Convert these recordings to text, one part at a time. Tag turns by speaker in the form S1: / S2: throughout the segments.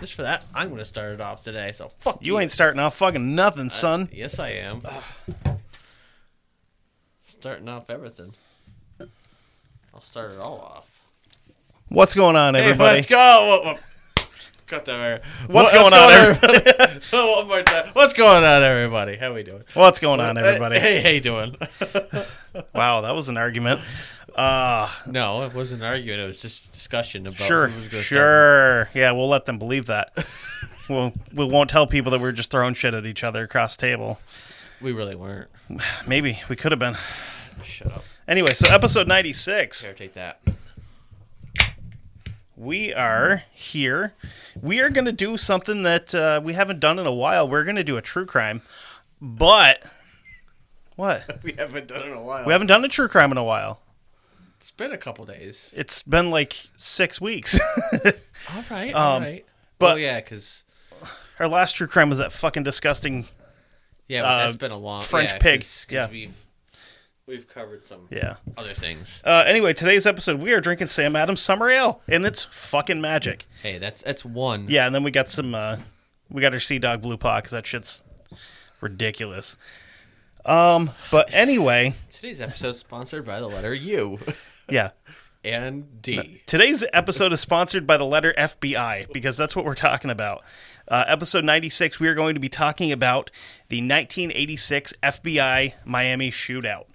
S1: Just for that, I'm going to start it off today. So fuck you.
S2: You ain't starting off fucking nothing, son.
S1: Yes, I am. Starting off everything. I'll start it all off.
S2: What's going on, everybody?
S1: let's go. Whoa, whoa. Cut that air.
S2: What's going on,
S1: everybody? One more time. What's going on, everybody? How we doing?
S2: What's going on, everybody?
S1: Hey, hey, doing?
S2: Wow, that was an argument. Uh,
S1: no, it wasn't arguing. It was just discussion about
S2: sure,
S1: who was gonna start.
S2: sure. Yeah, we'll let them believe that. we'll, we won't tell people that we're just throwing shit at each other across the table.
S1: We really weren't.
S2: Maybe we could have been.
S1: Shut up.
S2: Anyway, so episode 96.
S1: Here, take that.
S2: We are here. We are going to do something that uh, we haven't done in a while. We're going to do a true crime, but what?
S1: We haven't done it in a while.
S2: We haven't done a true crime in a while.
S1: It's been a couple days.
S2: It's been like six weeks.
S1: All right, all right.
S2: Um, but-
S1: oh yeah, because
S2: Our last true crime was that fucking disgusting.
S1: yeah, but that's
S2: uh,
S1: been a long
S2: French
S1: yeah,
S2: pig,
S1: 'cause- 'cause
S2: yeah.
S1: we've we've covered some
S2: Yeah.
S1: other things.
S2: Uh, anyway, today's episode, we are drinking Sam Adams Summer Ale, and it's fucking magic.
S1: Hey, that's that's one.
S2: Yeah, and then we got some. Uh, we got our Sea Dog Blue Paw because that shit's ridiculous. Um, but anyway,
S1: Today's episode is sponsored by the letter U
S2: yeah.
S1: and D.
S2: Today's episode is sponsored by the letter FBI because that's what we're talking about. Uh, episode 96, we are going to be talking about the 1986 FBI Miami shootout.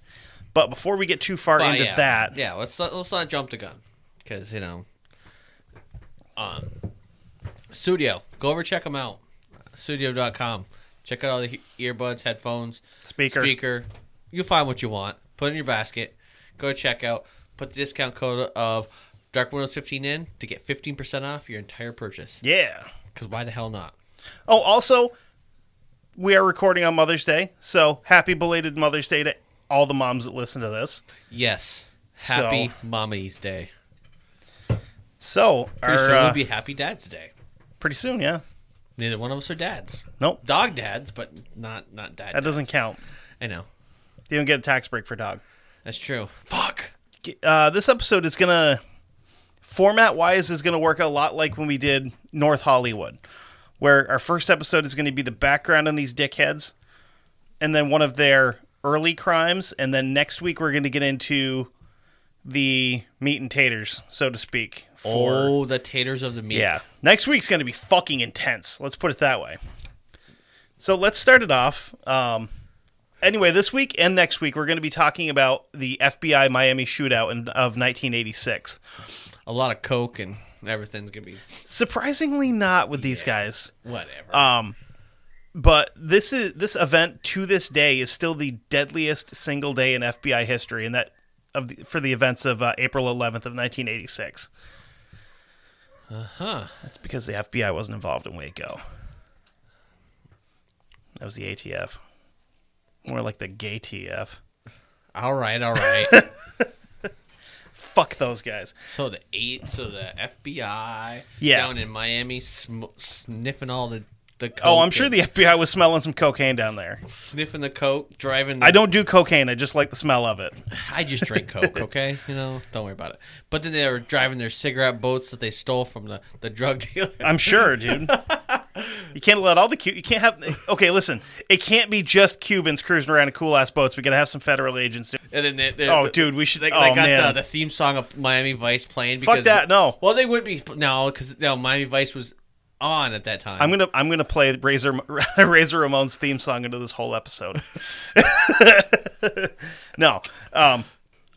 S2: But before we get too far
S1: But,
S2: into
S1: yeah,
S2: that,
S1: Yeah, let's not, let's not jump the gun because you know, um, studio. Go over check them out. Studio.com. Check out all the he- earbuds, headphones,
S2: Speaker.
S1: Speaker. You'll find what you want. Put it in your basket. Go check out. Put the discount code of Dark Windows 15 in to get 15% off your entire purchase.
S2: yeah.
S1: Because why the hell not?
S2: Oh, also, we are recording on Mother's Day, so happy belated Mother's Day to all the moms that listen to this.
S1: Yes.
S2: So-
S1: Happy Mommy's Day.
S2: So,
S1: Pretty
S2: our,
S1: soon it'll
S2: uh,
S1: be Happy Dad's Day.
S2: pretty soon, yeah.
S1: Neither one of us are dads.
S2: Nope,
S1: Dog dads, but not not dad.
S2: that
S1: dads.
S2: doesn't count.
S1: I know.
S2: You don't get a tax break for dog.
S1: That's true. Fuck.
S2: Uh, this episode is gonna format wise is gonna work a lot like when we did North Hollywood, where our first episode is gonna be the background on these dickheads, and then one of their early crimes, and then next week we're gonna get into the meat and taters, so to speak. For
S1: Oh, the taters of the meat.
S2: Yeah. Next week's going to be fucking intense. Let's put it that way. So let's start it off. Um, anyway, this week and next week, we're going to be talking about the FBI Miami shootout in, of 1986.
S1: A lot of coke and everything's gonna be
S2: Surprisingly, not with these guys.
S1: whatever.
S2: Uh, But this is this event to this day is still the deadliest single day in FBI history, and that of the, for the events of uh, April 11th of 1986. Uh huh. That's because the FBI wasn't involved in Waco. That was the ATF, more like the gay TF.
S1: all right, all right.
S2: Fuck those guys.
S1: So the eight, so the FBI,
S2: Yeah.
S1: down in Miami, sm- sniffing all the the. Coke
S2: Oh, I'm sure
S1: and
S2: the FBI was smelling some cocaine down there.
S1: sniffing the coke, driving. The,
S2: I don't do cocaine. I just like the smell of it.
S1: I just drink coke, okay? You know, don't worry about it. But then they were driving their cigarette boats that they stole from the the drug dealer.
S2: I'm sure, dude. You can't let all the Cu- you can't have. Okay, listen, it can't be just Cubans cruising around in cool ass boats. We gotta have some federal agents.
S1: And then they, they,
S2: Oh, dude, we should.
S1: They, they
S2: oh
S1: got
S2: man,
S1: The, the theme song of Miami Vice playing.
S2: Fuck
S1: Because
S2: that, no.
S1: Well, they would be no, because no, Miami Vice was on at that time.
S2: I'm gonna I'm gonna play Razor Razor Ramon's theme song into this whole episode. no, um,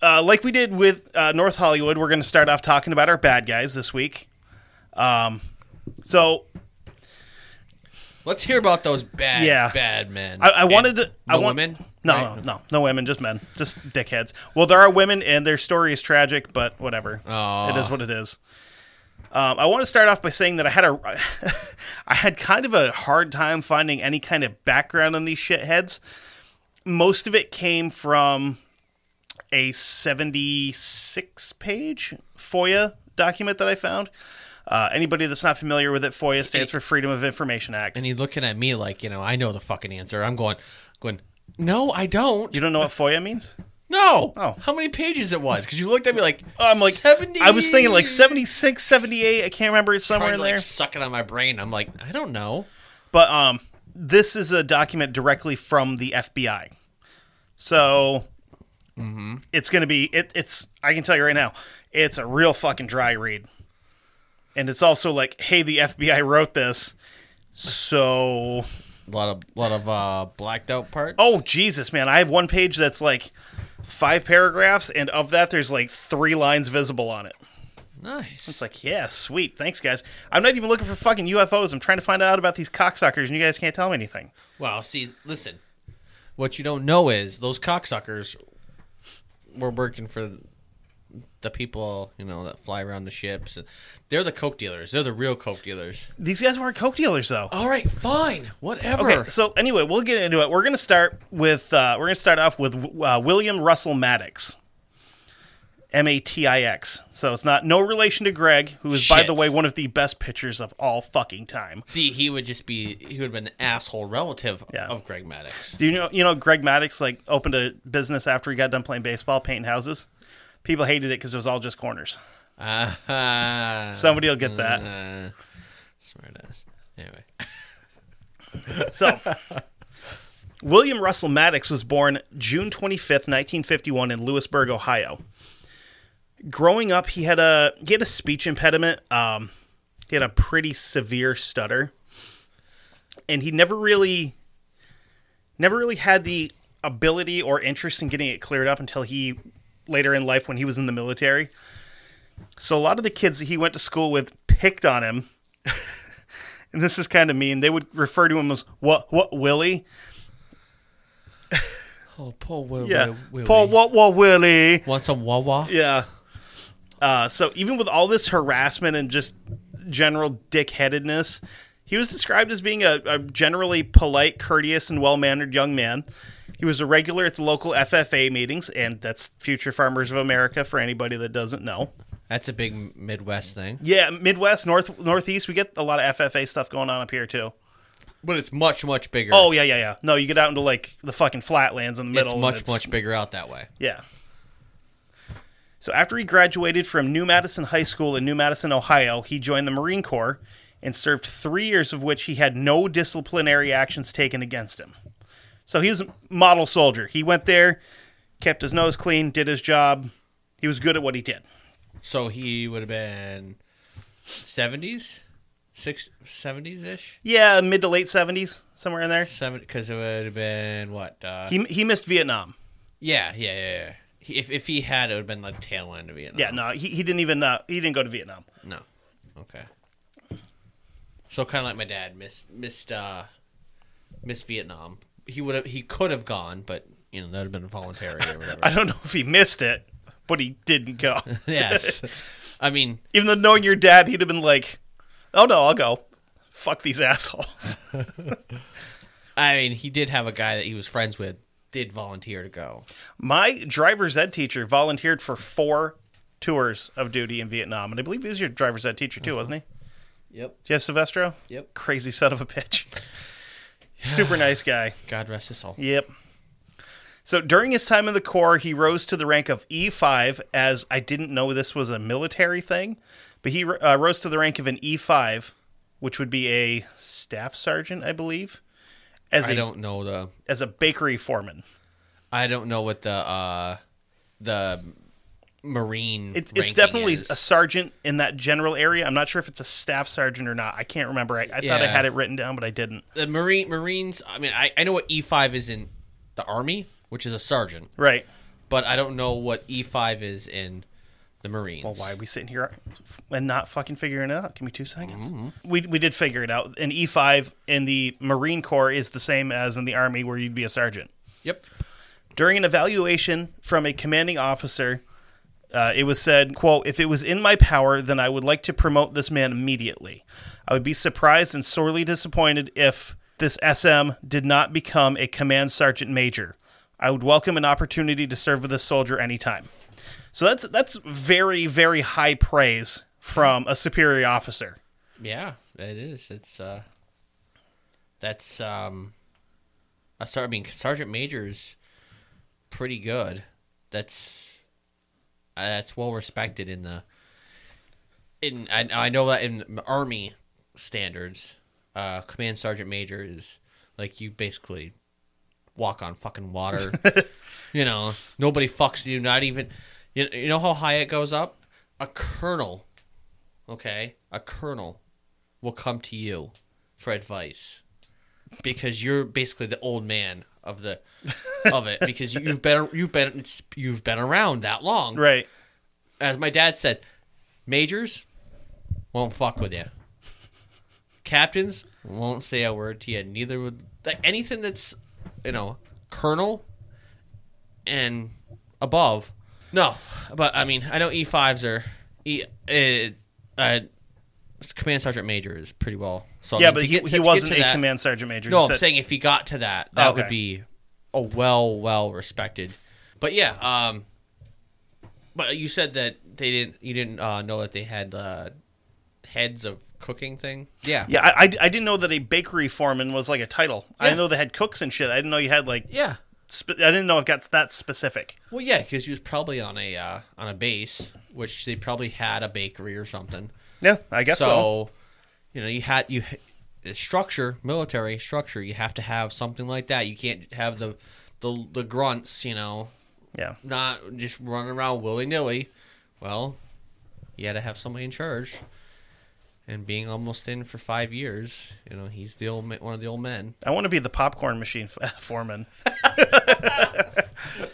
S2: uh, like we did with uh, North Hollywood, we're gonna start off talking about our bad guys this week. Um, so
S1: Let's hear about those bad,
S2: Yeah.
S1: bad men.
S2: I, I
S1: And
S2: wanted to. I
S1: no
S2: want,
S1: women.
S2: No,
S1: right?
S2: no, no, no women, just men, just dickheads. Well, there are women, and their story is tragic, but whatever.
S1: Aw.
S2: It is what it is. Um, I want to start off by saying that I had a, I had kind of a hard time finding any kind of background on these shitheads. Most of it came from a seventy-six page FOIA document that I found. Uh, anybody that's not familiar with it, FOIA stands for Freedom of Information Act.
S1: And he's looking at me like, you know, I know the fucking answer. I'm going, going. No, I don't.
S2: You don't know what FOIA means?
S1: No.
S2: Oh.
S1: How many pages it was? Because you looked at me like
S2: I'm like
S1: 70.
S2: I was thinking like 76, 78. I can't remember. It's somewhere
S1: Trying
S2: in
S1: to, like
S2: there.
S1: suck it on my brain. I'm like, I don't know.
S2: But um, this is a document directly from the FBI, so it's going to be it, it's. I can tell you right now, it's a real fucking dry read, and it's also like, hey, the FBI wrote this, so
S1: A lot of lot of uh, blacked out part.
S2: oh Jesus, man, I have one page that's like five paragraphs, and of that, there's like three lines visible on it.
S1: nice.
S2: It's like, yeah, sweet. Thanks, guys. I'm not even looking for fucking UFOs. I'm trying to find out about these cocksuckers, and you guys can't tell me anything.
S1: Well, see, listen. What you don't know is those cocksuckers were working for the people, you know, that fly around the ships. They're the coke dealers. They're the real coke dealers.
S2: These guys weren't coke dealers, though.
S1: All right, fine, whatever.
S2: Okay, so anyway, we'll get into it. We're gonna start with uh, we're gonna start off with uh, William Russell Maddox, M A T I X. So it's not no relation to Greg, who is by
S1: Shit.
S2: the way one of the best pitchers of all fucking time.
S1: See, he would just be he would have been an asshole relative
S2: Yeah.
S1: of Greg Maddox.
S2: Do you know you know Greg Maddox like opened a business after he got done playing baseball, painting houses. People hated it because it was all just corners.
S1: Uh-huh.
S2: Somebody will get that.
S1: Uh, smart ass. Anyway,
S2: So, William Russell Maddox was born June 25th, 1951, in Lewisburg, Ohio. Growing up, he had a he had a speech impediment. Um, he had a pretty severe stutter, and he never really never really had the ability or interest in getting it cleared up until he later in life when he was in the military. So a lot of the kids that he went to school with picked on him and this is kind of mean. They would refer to him as what what Willie.
S1: oh poor Will.
S2: Yeah,
S1: Will- Willie.
S2: Paul what what Willie.
S1: Want some Wawa?
S2: Yeah. Uh, so even with all this harassment and just general dickheadedness, he was described as being a, a generally polite, courteous, and well mannered young man. He was a regular at the local FFA meetings, and that's Future Farmers of America for anybody that doesn't know.
S1: That's a big Midwest thing.
S2: Yeah, Midwest, North, Northeast, we get a lot of FFA stuff going on up here too.
S1: But it's much much bigger.
S2: Oh yeah, yeah, yeah. No, you get out into like the fucking flatlands in the middle.
S1: it's
S2: and
S1: much much bigger out that way.
S2: Yeah. So after he graduated from New Madison High School in New Madison, Ohio, he joined the Marine Corps and served three years of which he had no disciplinary actions taken against him. So he was a model soldier. He went there, kept his nose clean, did his job. He was good at what he did.
S1: So he would have been seventies, six seventies ish.
S2: Yeah, mid to late 70s, somewhere in there.
S1: Seven because it would have been what? Uh,
S2: He, he missed Vietnam.
S1: yeah, yeah, yeah. yeah. He, if if he had, it would have been like tail end of Vietnam.
S2: Yeah, no, he, he didn't even uh, he didn't go to Vietnam.
S1: No. Okay. So kind of like my dad, missed missed uh, missed Vietnam. He would have he could have gone, but you know that'd have been voluntary or
S2: I
S1: whatever.
S2: don't know if he missed it, but he didn't go.
S1: yes. I mean,
S2: Even though knowing your dad, he'd have been like, "Oh no, I'll go. Fuck these assholes."
S1: I mean, he did have a guy that he was friends with did volunteer to go.
S2: My driver's ed teacher volunteered for four tours of duty in Vietnam, and I believe he was your driver's ed teacher too, wasn't he?
S1: Yep.
S2: Jeff Silvestro.
S1: Yep.
S2: Crazy son of a bitch. Super nice guy.
S1: God rest his soul.
S2: Yep. So during his time in the Corps, he rose to the rank of E5, as I didn't know this was a military thing, but he uh, rose to the rank of an E5, E which would be a staff sergeant, I believe, as
S1: I
S2: a
S1: don't know the.
S2: as a bakery foreman.
S1: I don't know what the uh, the marine.
S2: It's it's
S1: ranking
S2: definitely
S1: is.
S2: a sergeant in that general area. I'm not sure if it's a staff sergeant or not. I can't remember. I, I thought I
S1: Yeah.
S2: had it written down, but I didn't.
S1: the marine marines. I mean, I, I know what E five is in the army, which is a sergeant,
S2: Right.
S1: but I don't know what E five is in the marines.
S2: Well, why are we sitting here and not fucking figuring it out? Give me two seconds. We, we did figure it out. An E5 in the Marine Corps is the same as in the Army, where you'd be a sergeant.
S1: Yep.
S2: During an evaluation from a commanding officer, uh, it was said, quote, if it was in my power, then I would like to promote this man immediately. I would be surprised and sorely disappointed if this SM did not become a command sergeant major. I would welcome an opportunity to serve with this soldier anytime. So that's that's very, very high praise from a superior officer.
S1: Yeah, it is. It's uh, that's um, a sar- I mean, sergeant major is pretty good. That's uh, that's well respected in the in. I, I know that in army standards, uh, command sergeant major is like you basically walk on fucking water. you know, nobody fucks you. Not even you. You know how high it goes up. A colonel, okay, a colonel will come to you for advice because you're basically the old man of the of it because you- you've been you've been it's, you've been around that long.
S2: Right.
S1: As my dad says, majors won't fuck with you. Captains won't say a word to you. Neither would like, anything that's you know colonel and above. No, but I mean I know E fives are E. Uh, uh, Command Sergeant Major is pretty well. So I
S2: Yeah,
S1: mean,
S2: but
S1: to
S2: he,
S1: get- to
S2: he
S1: get
S2: wasn't
S1: to
S2: a
S1: that-
S2: command sergeant major.
S1: no,
S2: He
S1: I'm
S2: said-
S1: saying if he got to that, that
S2: Okay.
S1: would be a well, well respected. But yeah, um, but you said that they didn't, you didn't uh, know that they had uh, heads of cooking thing. Yeah,
S2: Yeah, I, I, I didn't know that a bakery foreman was like a title. I
S1: Yeah.
S2: didn't know they had cooks and shit. I didn't know you had like.
S1: yeah.
S2: Spe- I didn't know it got that specific.
S1: Well, yeah, because he was probably on a uh, on a base, which they probably had a bakery or something.
S2: Yeah, I guess so.
S1: So, you know, you had you the structure, military structure. You have to have something like that. You can't have the the the grunts, you know,
S2: Yeah,
S1: not just running around willy nilly. Well, you had to have somebody in charge. And being almost in for five years, you know, he's the old ma- one of the old men.
S2: I want to be the popcorn machine f- foreman.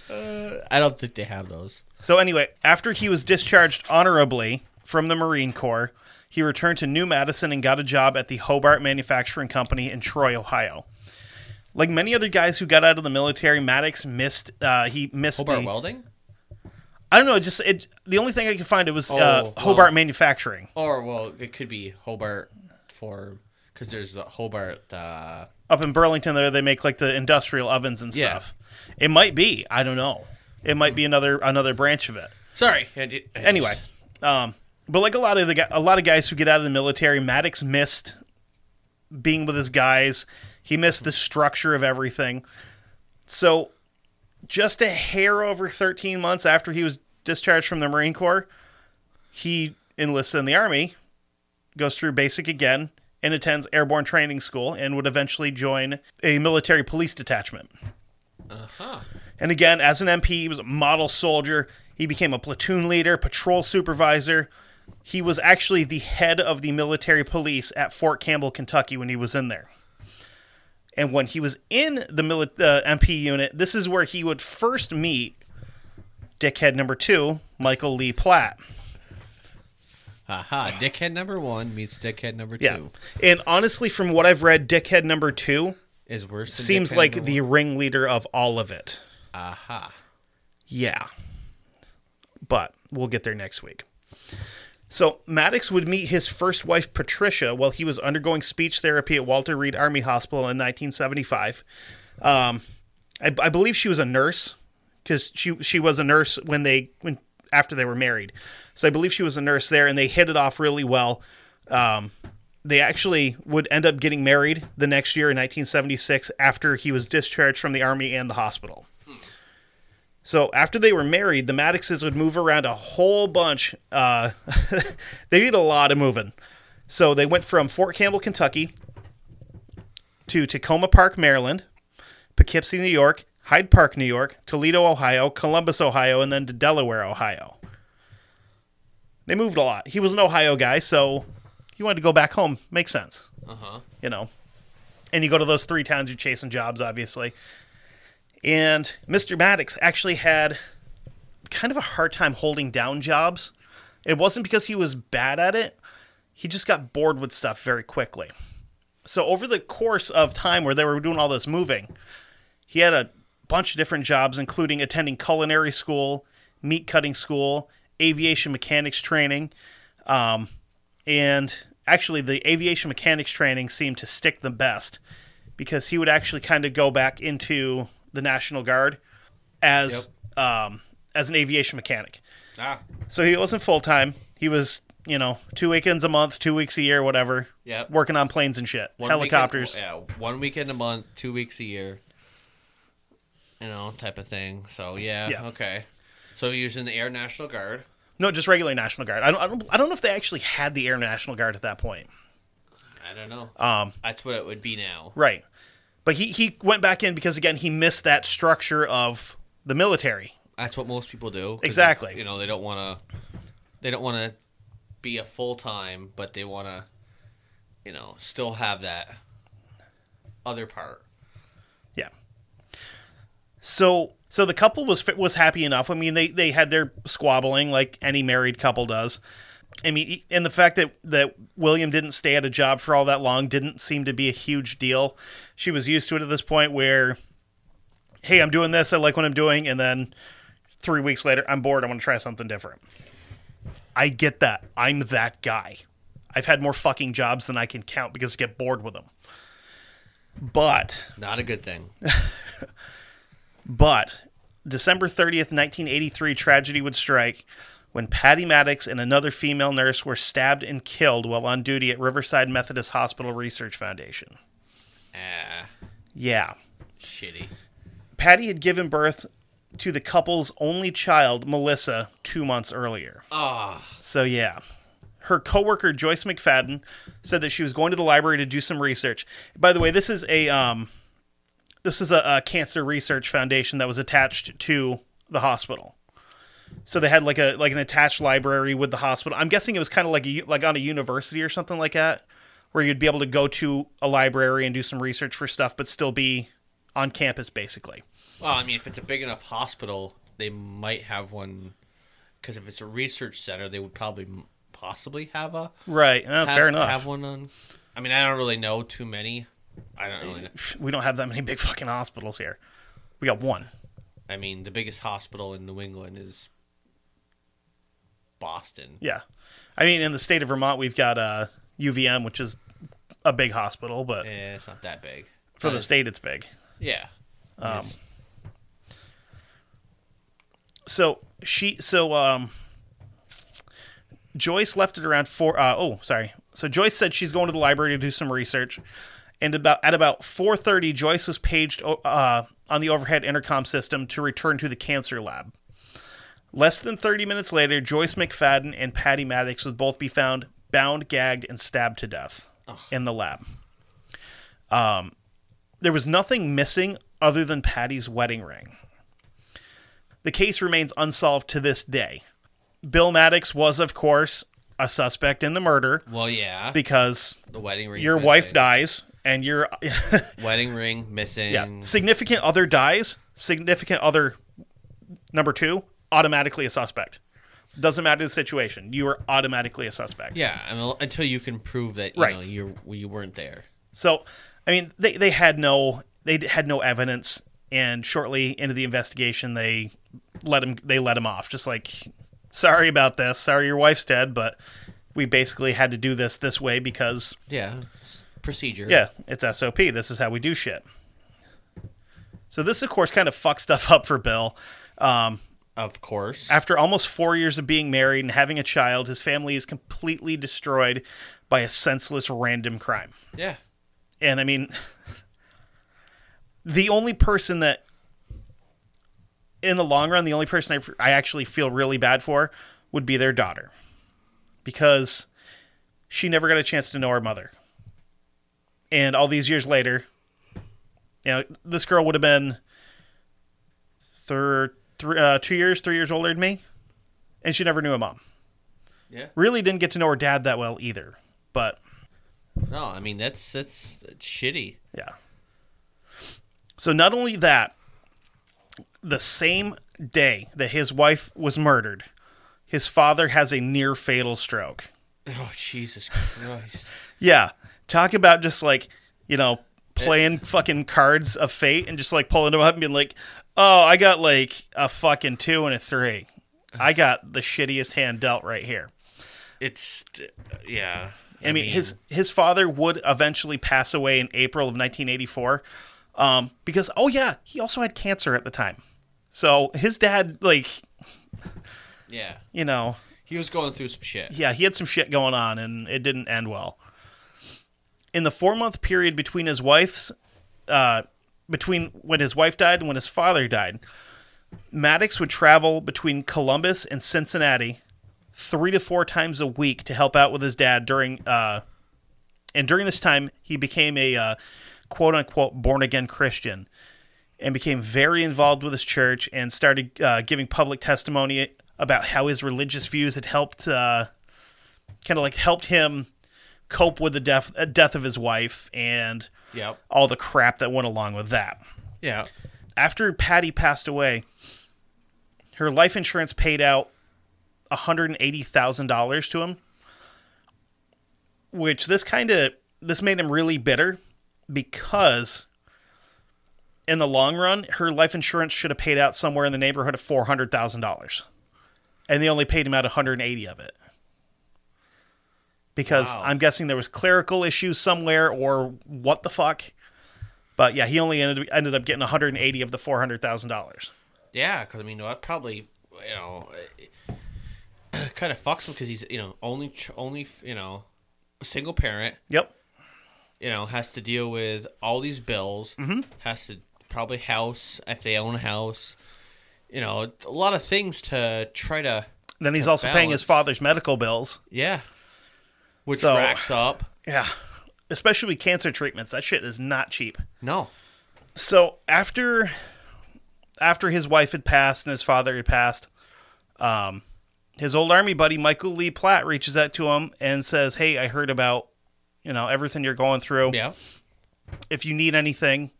S1: I don't think they have those.
S2: So anyway, after he was discharged honorably from the Marine Corps, he returned to New Madison and got a job at the Hobart Manufacturing Company in Troy, Ohio. Like many other guys who got out of the military, Maddox missed. Uh, he missed
S1: Hobart
S2: the.
S1: welding,
S2: I don't know. it Just it. The only thing I could find it was uh,
S1: well.
S2: Hobart Manufacturing.
S1: or well, it could be Hobart for because there's the Hobart. Uh,
S2: up in Burlington there they make like the industrial ovens and
S1: Yeah.
S2: stuff. It might be, I don't know. It might be another another branch of it.
S1: sorry. I did- I
S2: Anyway,
S1: just-
S2: um, but like a lot of the gu- a lot of guys who get out of the military, Maddox missed being with his guys. He missed the structure of everything. So, just a hair over 13 months after he was discharged from the Marine Corps, he enlists in the Army, goes through basic again, and attends airborne training school, and would eventually join a military police detachment. And again, as an MP, he was a model soldier. He became a platoon leader, patrol supervisor. He was actually the head of the military police at Fort Campbell, Kentucky, when he was in there. And when he was in the mili- uh, MP unit, this is where he would first meet dickhead number two, Michael Lee Platt.
S1: Aha! Dickhead number one meets dickhead number
S2: Yeah.
S1: two
S2: And honestly, from what I've read, dickhead number two
S1: is worse. Than
S2: seems
S1: dickhead
S2: like
S1: number
S2: the
S1: one.
S2: ringleader of all of it.
S1: aha.
S2: Yeah. But we'll get there next week. So Maddox would meet his first wife, Patricia, while he was undergoing speech therapy at Walter Reed Army Hospital in 1975. Um, I, I believe she was a nurse because she she was a nurse when they when after they were married. So I believe she was a nurse there, and they hit it off really well. Um, they actually would end up getting married the next year in 1976 after he was discharged from the army and the hospital. So after they were married, the Maddoxes would move around a whole bunch. Uh, they did a lot of moving. So they went from Fort Campbell, Kentucky to Tacoma Park, Maryland, Poughkeepsie, New York, Hyde Park, New York, Toledo, Ohio, Columbus, Ohio, and then to Delaware, Ohio. They moved a lot. He was an Ohio guy, so he wanted to go back home. Makes sense. You know. And you go to those three towns, you're chasing jobs, obviously. And Mr. Maddox actually had kind of a hard time holding down jobs. It wasn't because he was bad at it, he just got bored with stuff very quickly. So, over the course of time where they were doing all this moving, he had a bunch of different jobs, including attending culinary school, meat cutting school, aviation mechanics training. Um, and actually, the aviation mechanics training seemed to stick the best because he would actually kind of go back into the National Guard as um, as an aviation mechanic.
S1: Ah,
S2: So he wasn't full time. He was, you know, two weekends a month, two weeks a year, whatever.
S1: Yep.
S2: Working on planes and shit,
S1: one
S2: helicopters.
S1: Weekend, yeah, one weekend a month, two weeks a year. You know, type of thing. So yeah,
S2: Yeah.
S1: okay. So he was in the Air National Guard.
S2: No, just regular National Guard. I don't, I don't. I don't know if they actually had the Air National Guard at that point.
S1: I don't know. Um, that's what it would be now.
S2: Right. But he he went back in because again he missed that structure of the military.
S1: That's what most people do. 'cause
S2: Exactly.
S1: if- You know, they don't want to. They don't want to be a full time, but they want to, you know, still have that other part.
S2: Yeah. So so the couple was fi- was happy enough. I mean, they they had their squabbling like any married couple does. I mean, e- and the fact that that William didn't stay at a job for all that long didn't seem to be a huge deal. She was used to it at this point where hey, I'm doing this, I like what I'm doing, and then 3 weeks later, I'm bored, I want to try something different. I get that. I'm that guy. I've had more fucking jobs than I can count because I get bored with them. But
S1: Not a good thing.
S2: but December 30th, 1983, tragedy would strike when Patty Maddox and another female nurse were stabbed and killed while on duty at Riverside Methodist Hospital Research Foundation.
S1: ah,
S2: Yeah.
S1: shitty.
S2: Patty had given birth to the couple's only child, Melissa, two months earlier.
S1: Ah,
S2: So yeah. Her coworker Joyce McFadden said that she was going to the library to do some research. By the way, this is a um, this is a, a cancer research foundation that was attached to the hospital. So they had like a like an attached library with the hospital. I'm guessing it was kind of like a, u- like on a university or something like that, where you'd be able to go to a library and do some research for stuff, but still be on campus basically.
S1: well, I mean, if it's a big enough hospital, they might have one. Because if it's a research center, they would probably m- possibly have a.
S2: Right. Uh,
S1: have-
S2: fair enough.
S1: Have one on. I mean, I don't really know too many. I don't really know.
S2: we don't have that many big fucking hospitals here. We got one.
S1: I mean, the biggest hospital in New England is Boston.
S2: Yeah. I mean, in the state of Vermont, we've got uh, UVM, which is a big hospital, but
S1: Eh, it's not that big.
S2: for the
S1: Uh,
S2: state, it's big.
S1: Yeah. Um,
S2: So she, so um, Joyce left it around four. Uh, oh, sorry. So Joyce said she's going to the library to do some research, and about at about four thirty, Joyce was paged uh, on the overhead intercom system to return to the cancer lab. Less than thirty minutes later, Joyce McFadden and Patty Maddox would both be found bound, gagged, and stabbed to death in the lab. Um, there was nothing missing other than Patty's wedding ring. The case remains unsolved to this day. Bill Maddox was, of course, a suspect in the murder
S1: well, yeah.
S2: because
S1: the wedding ring.
S2: your
S1: missing.
S2: wife dies and your
S1: Wedding ring missing.
S2: yeah, significant other dies, significant other number two, automatically a suspect. Doesn't matter the situation, you are automatically a suspect.
S1: Yeah, I mean, until you can prove that you
S2: Right.
S1: know you you weren't there.
S2: So, I mean, they, they had no they d- had no evidence, and shortly into the investigation, they let him they let him off, just like, sorry about this, sorry your wife's dead, but we basically had to do this this way because
S1: Yeah. Procedure.
S2: yeah, it's SOP. This is how we do shit. So this, of course, kind of fucks stuff up for Bill.
S1: Of course.
S2: After almost four years of being married and having a child, his family is completely destroyed by a senseless random crime.
S1: yeah.
S2: and I mean, the only person that, in the long run, the only person I, f- I actually feel really bad for would be their daughter, because she never got a chance to know her mother. And all these years later, you know, this girl would have been thir- thr uh, two years, three years older than me, and she never knew a mom.
S1: Yeah.
S2: Really didn't get to know her dad that well either. But
S1: No, I mean that's that's, that's shitty.
S2: Yeah. So not only that, the same day that his wife was murdered, his father has a near fatal stroke.
S1: Oh Jesus Christ!
S2: Yeah. Talk about just like, you know, playing fucking cards of fate and just like pulling them up and being like, "Oh, I got like a fucking 2 and a 3. I got the shittiest hand dealt right here."
S1: It's uh, yeah.
S2: I mean, his his father would eventually pass away in April of 1984, um, because oh yeah, he also had cancer at the time. So his dad, like
S1: yeah.
S2: you know,
S1: He was going through some shit.
S2: yeah, he had some shit going on, and it didn't end well. In the four month period between his wife's, uh, between when his wife died and when his father died, Maddox would travel between Columbus and Cincinnati, three to four times a week to help out with his dad during. Uh, and during this time, he became a uh, quote unquote born again Christian and became very involved with his church and started uh, giving public testimony about how his religious views had helped, uh, kind of like helped him cope with the death, uh, death of his wife and
S1: Yep.
S2: all the crap that went along with that.
S1: Yeah.
S2: After Patty passed away, her life insurance paid out $180,000 to him, which this kind of this made him really bitter because in the long run, her life insurance should have paid out somewhere in the neighborhood of $400,000. And they only paid him out 180 of it. Because
S1: Wow.
S2: I'm guessing there was clerical issues somewhere or what the fuck. But yeah, he only ended, ended up getting 180 of the $400,000.
S1: Yeah, because I mean that probably you know kind of fucks him because he's you know only ch- only you know a single parent
S2: Yep.
S1: you know has to deal with all these bills
S2: Mm-hmm.
S1: has to probably house if they own a house you know it's a lot of things to try to
S2: Then he's also paying
S1: balance.
S2: his father's medical bills.
S1: yeah which
S2: So-
S1: racks up
S2: Yeah. Especially with cancer treatments. That shit is not cheap.
S1: no
S2: So after after his wife had passed and his father had passed, um, his old army buddy Michael Lee Platt reaches out to him and says, Hey, I heard about, you know, everything you're going through.
S1: yeah
S2: if you need anything,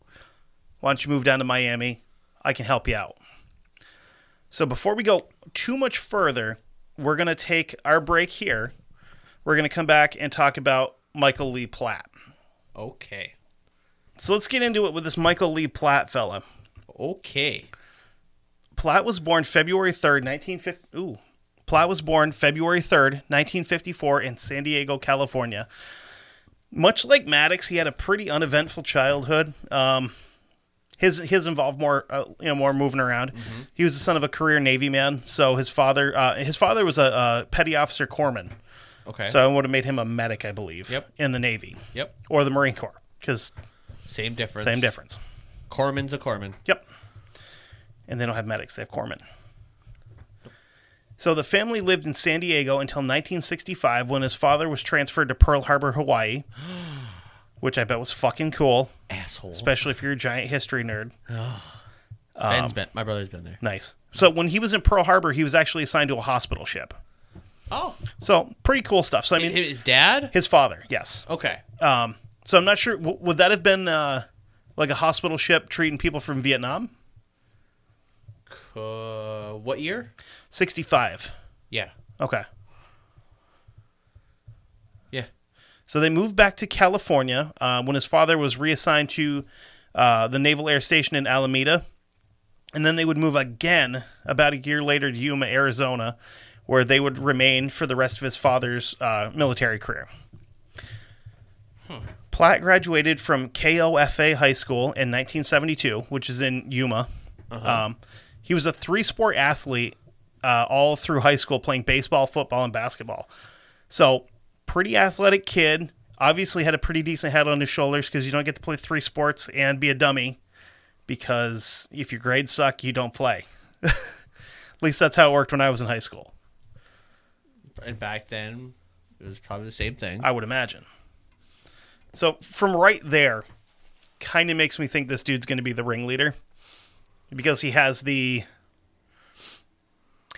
S2: why don't you move down to Miami? I can help you out. So before we go too much further, we're going to take our break here. We're going to come back and talk about Michael Lee Platt.
S1: okay
S2: So let's get into it with this Michael Lee Platt fella.
S1: okay
S2: Platt was born February 3rd, 1950. Ooh. Platt was born February 3rd, 1954, in San Diego, California. Much like Maddox, he had a pretty uneventful childhood. Um, his his involved more uh, you know more moving around.
S1: Mm-hmm.
S2: He was the son of a career Navy man, so his father uh, his father was a, uh petty officer corpsman,
S1: okay
S2: so I would have made him a medic, I believe,
S1: Yep.
S2: in the Navy
S1: yep
S2: or the Marine Corps, because
S1: same difference
S2: same difference.
S1: corman's a corman
S2: Yep. And they don't have medics, they have corpsmen. So the family lived in San Diego until 1965 when his father was transferred to Pearl Harbor, Hawaii, which I bet was fucking cool,
S1: asshole
S2: especially if you're a giant history nerd.
S1: Ben's been, my brother's been there
S2: Nice. So when he was in Pearl Harbor, he was actually assigned to a hospital ship.
S1: oh
S2: So pretty cool stuff. So I mean,
S1: his dad
S2: his father, yes.
S1: okay
S2: Um, so I'm not sure. W- would that have been uh, like a hospital ship treating people from Vietnam?
S1: Uh, what year?
S2: 65.
S1: Yeah.
S2: Okay.
S1: Yeah.
S2: So they moved back to California uh, when his father was reassigned to uh, the Naval Air Station in Alameda. And then they would move again about a year later to Yuma, Arizona, where they would remain for the rest of his father's uh, military career. Platt graduated from KOFA High School in 1972, which is in Yuma. Um, he was a three sport athlete uh, all through high school, playing baseball, football, and basketball. So, pretty athletic kid. Obviously, had a pretty decent head on his shoulders because you don't get to play three sports and be a dummy because if your grades suck, you don't play. At least that's how it worked when I was in high school.
S1: And back then, It was probably the same thing.
S2: I would imagine. So from right there, kind of makes me think this dude's going to be the ringleader because he has the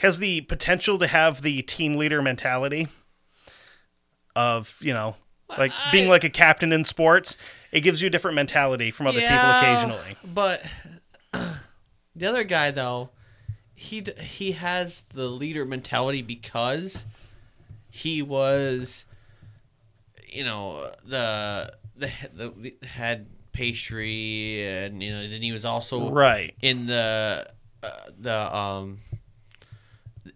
S2: has the potential to have the team leader mentality of you know like being like a captain in sports. It gives you a different mentality from other people occasionally.
S1: But the other guy though, he d- he has the leader mentality because he was, you know, the the, he- the, the had pastry and you know then he was also
S2: Right.
S1: in the uh, the um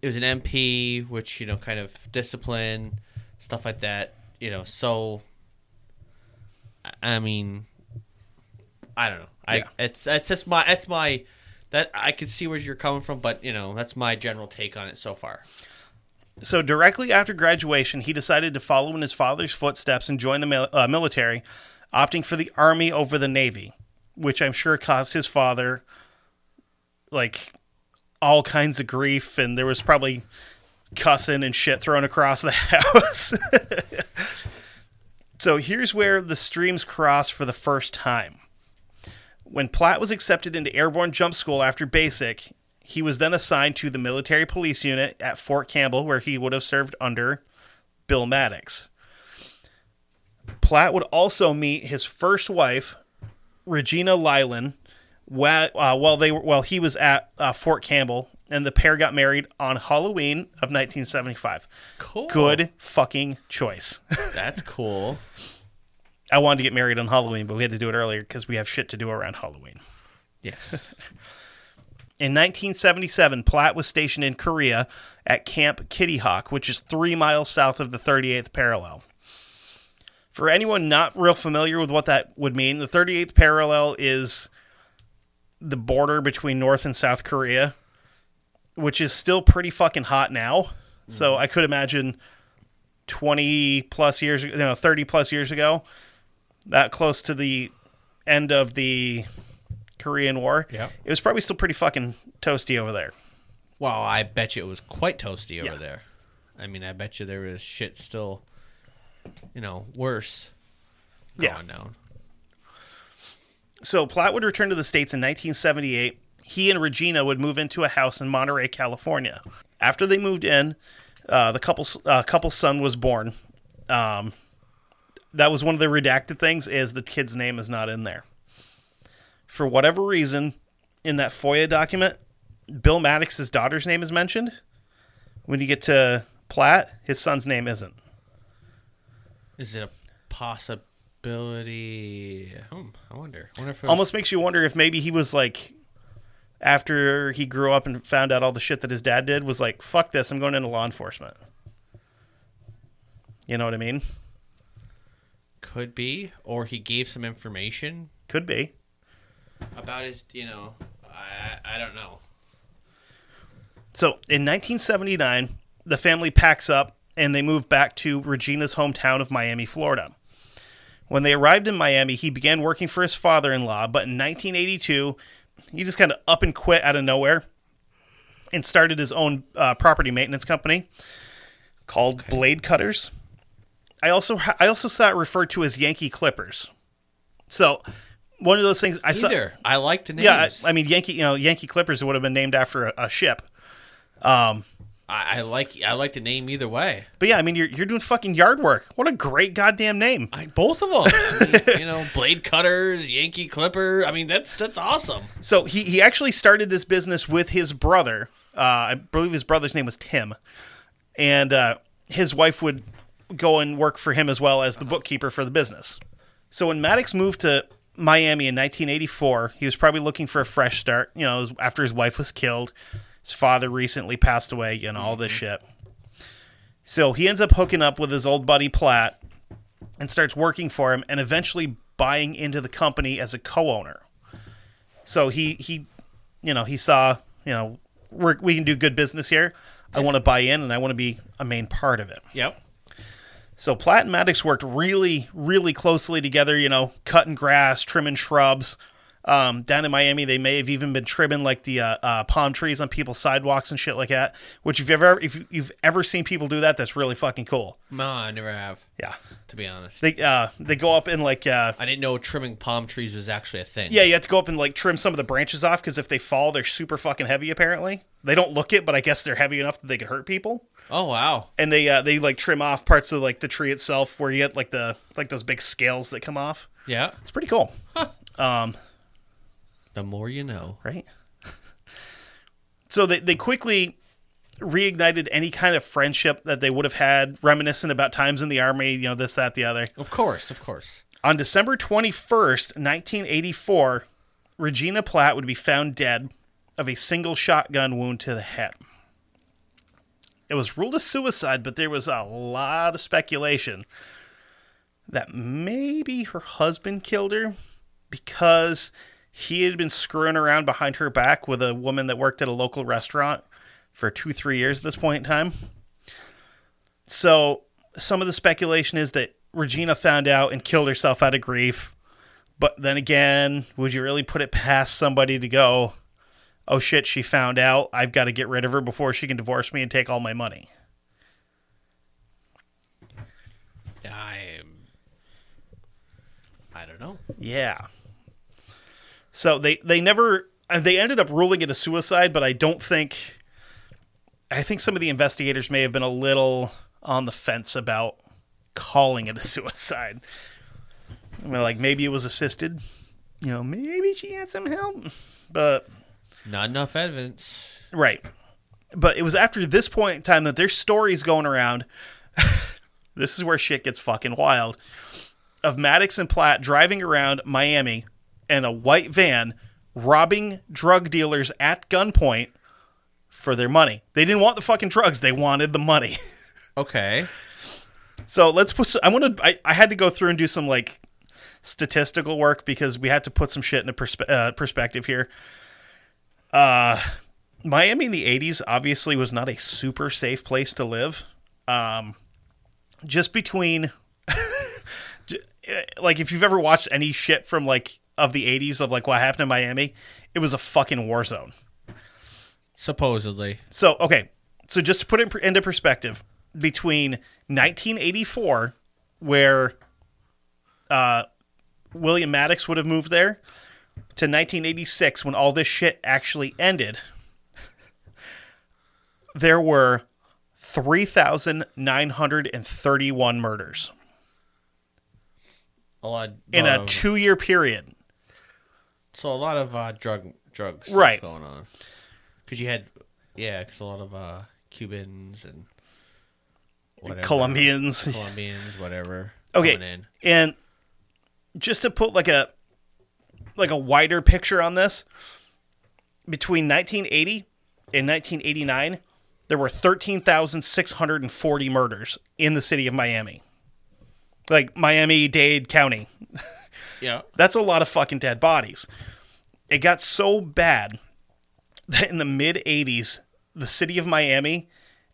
S1: it was an MP which you know kind of discipline stuff like that you know so I- I mean I don't know I
S2: Yeah.
S1: it's that's just my that's my that I can see where you're coming from but you know that's my general take on it so far
S2: So directly after graduation, he decided to follow in his father's footsteps and join the mil- uh, military, opting for the army over the navy, which I'm sure caused his father like all kinds of grief, and there was probably cussing and shit thrown across the house. so here's where the streams cross for the first time. When Platt was accepted into Airborne Jump School after basic, he was then assigned to the military police unit at Fort Campbell, where he would have served under Bill Maddox. Platt would also meet his first wife, Regina Lylan, while, uh, while they were, while he was at uh, Fort Campbell, and the pair got married on Halloween of 1975.
S1: Cool.
S2: Good fucking choice.
S1: that's cool
S2: I wanted to get married on Halloween, but we had to do it earlier because we have shit to do around Halloween.
S1: yes
S2: In 1977, Platt was stationed in Korea at Camp Kitty Hawk, which is three miles south of the 38th parallel. For anyone not real familiar with what that would mean, the 38th parallel is the border between North and South Korea, which is still pretty fucking hot now. So I could imagine 20 plus years, you know, 30 plus years ago, that close to the end of the Korean War,
S1: Yeah.
S2: it was probably still pretty fucking toasty over there.
S1: well I bet you it was quite toasty over
S2: Yeah.
S1: there I mean I bet you there was shit still you know worse going
S2: Yeah.
S1: down
S2: So Platt would return to the States in 1978. He and Regina would move into a house in Monterey, California. After they moved in, uh, the couple's uh, couple's son was born. Um, that was one of the redacted things is the kid's name is not in there. For whatever reason, in that FOIA document, Bill Maddox's daughter's name is mentioned. When you get to Platt, his son's name isn't.
S1: Is it a possibility? Hmm, I wonder. I wonder if it was-
S2: almost makes you wonder if maybe he was like after he grew up and found out all the shit that his dad did was like fuck this i'm going into law enforcement you know what i mean
S1: could be, or he gave some information
S2: could be
S1: about his. You know, I I I don't know.
S2: so in 1979 the family packs up and they move back to regina's hometown of miami florida when they arrived in miami he began working for his father-in-law but in 1982 he just kind of up and quit out of nowhere and started his own uh, property maintenance company called Blade Cutters. I also I also saw it referred to as Yankee Clippers. So one of those things I saw.
S1: Either I like the names.
S2: Yeah, I, I mean Yankee. You know, Yankee Clippers would have been named after a, a ship.
S1: I, I like I like the name either way.
S2: But yeah, I mean you're you're doing fucking yard work. What a great goddamn name.
S1: I both of them. I mean, you know, blade cutters, Yankee clipper. I mean, that's that's awesome.
S2: So he, he actually started this business with his brother. Uh, I believe his brother's name was Tim, and uh, his wife would go and work for him as well as the bookkeeper for the business. So when Maddox moved to Miami in 1984, he was probably looking for a fresh start. You know, it was after his wife was killed, his father recently passed away, and all this shit. So he ends up hooking up with his old buddy Platt and starts working for him, and eventually buying into the company as a co-owner so he he you know he saw you know we're, we can do good business here i want to buy in and i want to be a main part of it
S1: Yep.
S2: so platt and maddox worked really really closely together you know cutting grass trimming shrubs Um, down in Miami, they may have even been trimming like the uh, uh, palm trees on people's sidewalks and shit like that. Which if you've ever if you've ever seen people do that, that's really fucking cool.
S1: No, I never have.
S2: Yeah,
S1: To be honest,
S2: they uh, they go up and like uh,
S1: I didn't know trimming palm trees was actually a thing.
S2: yeah, you have to go up and like trim some of the branches off because if they fall, they're super fucking heavy. Apparently, they don't look it, but I guess they're heavy enough that they could hurt people.
S1: Oh wow.
S2: and they uh, they like trim off parts of like the tree itself where you get like the like those big scales that come off.
S1: Yeah.
S2: It's pretty cool,
S1: The more you know.
S2: right? so they they quickly reignited any kind of friendship that they would have had, reminiscent about times in the army, you know, this, that, the other.
S1: Of course, of course.
S2: On December twenty first, nineteen eighty four, Regina Platt would be found dead of a single shotgun wound to the head. It was ruled a suicide, but there was a lot of speculation that maybe her husband killed her because he had been screwing around behind her back with a woman that worked at a local restaurant for two, three years at this point in time. So some of the speculation is that Regina found out and killed herself out of grief. But then again, would you really put it past somebody to go, oh shit, she found out. I've got to get rid of her before she can divorce me and take all my money.
S1: I I don't know.
S2: Yeah. So they they never uh, they ended up ruling it a suicide, but I don't think I think some of the investigators may have been a little on the fence about calling it a suicide. I mean, like maybe it was assisted, you know, maybe she had some help, but
S1: Not enough evidence.
S2: Right. But it was after this point in time that there's stories going around. this is where shit gets fucking wild. Of Maddox and Platt driving around Miami in a white van, robbing drug dealers at gunpoint for their money. They didn't want the fucking drugs, they wanted the money.
S1: Okay.
S2: So let's put. Some, I want to. I, I had to go through and do some like statistical work because we had to put some shit into perspe- uh, perspective here. Uh, Miami in the '80s obviously was not a super safe place to live. Um, just between, j- eh, like, if you've ever watched any shit from like of the '80s of like what happened in Miami, it was a fucking war zone.
S1: Supposedly.
S2: So okay, so just to put it into perspective, between 1984, where uh, William Maddox would have moved there, to 1986, when all this shit actually ended, there were 3,931 murders
S1: A lot
S2: in a
S1: of-
S2: two-year period.
S1: so a lot of uh, drug drugs stuff
S2: Right.
S1: going on. Cuz you had yeah, cuz a lot of uh Cubans and whatever.
S2: Colombians,
S1: Colombians, whatever.
S2: okay
S1: coming in.
S2: and just to put like a like a wider picture on this between 1980 and 1989 there were 13,640 murders in the city of Miami like Miami Dade County
S1: Yeah.
S2: that's a lot of fucking dead bodies. It got so bad that in the mid 80s, the city of Miami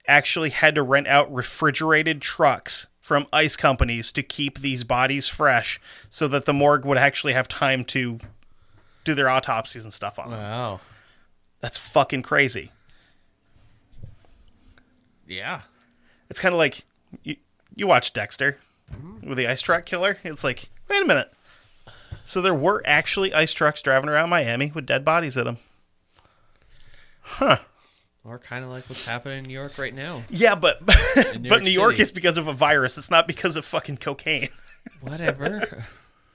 S2: actually had to rent out refrigerated trucks from ice companies to keep these bodies fresh so that the morgue would actually have time to do their autopsies and stuff on them.
S1: Wow.
S2: That's fucking crazy.
S1: Yeah.
S2: It's kind of like you, you watch Dexter with the ice truck killer. It's like, wait a minute. So there were actually ice trucks driving around Miami with dead bodies in them.
S1: Or kind of like what's happening in New York right now.
S2: Yeah, but
S1: New York
S2: but New York
S1: City.
S2: is because of a virus. It's not because of fucking cocaine.
S1: Whatever.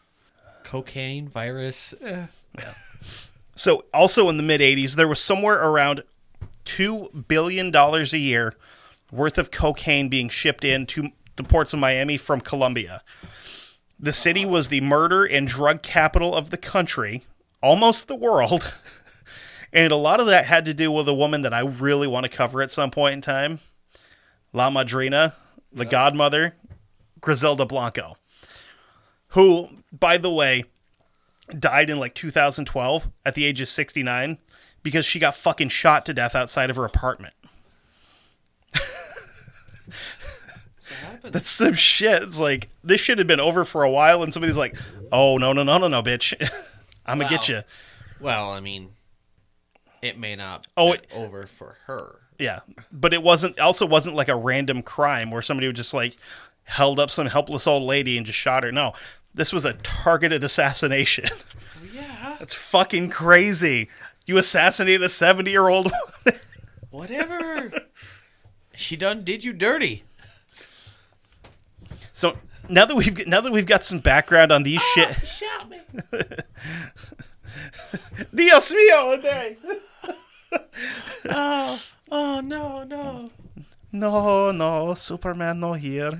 S1: Cocaine, virus. eh.
S2: So also in the mid 80s there was somewhere around 2 billion dollars a year worth of cocaine being shipped in to the ports of Miami from Colombia. The city was the murder and drug capital of the country, almost the world. And a lot of that had to do with a woman that I really want to cover at some point in time. La Madrina, the godmother, Griselda Blanco, who, by the way, died in like 2012 at the age of 69 because she got fucking shot to death outside of her apartment. That's some shit. It's like this shit had been over for a while, and somebody's like, "Oh no, no, no, no, no, bitch! I'm gonna get
S1: Wow.
S2: you.
S1: Well, I mean, it may not.
S2: Oh,
S1: be over for her.
S2: Yeah, but it wasn't. Also, wasn't like a random crime where somebody would just like held up some helpless old lady and just shot her. No, this was a targeted assassination.
S1: Yeah,
S2: That's fucking crazy. You assassinated a 70 year old woman.
S1: whatever. she done did you dirty.
S2: So now that we've now that we've got some background on these shit,
S1: Shot me.
S2: Dios mío, day.
S1: Oh, oh no, no.
S2: No, no, Superman no here.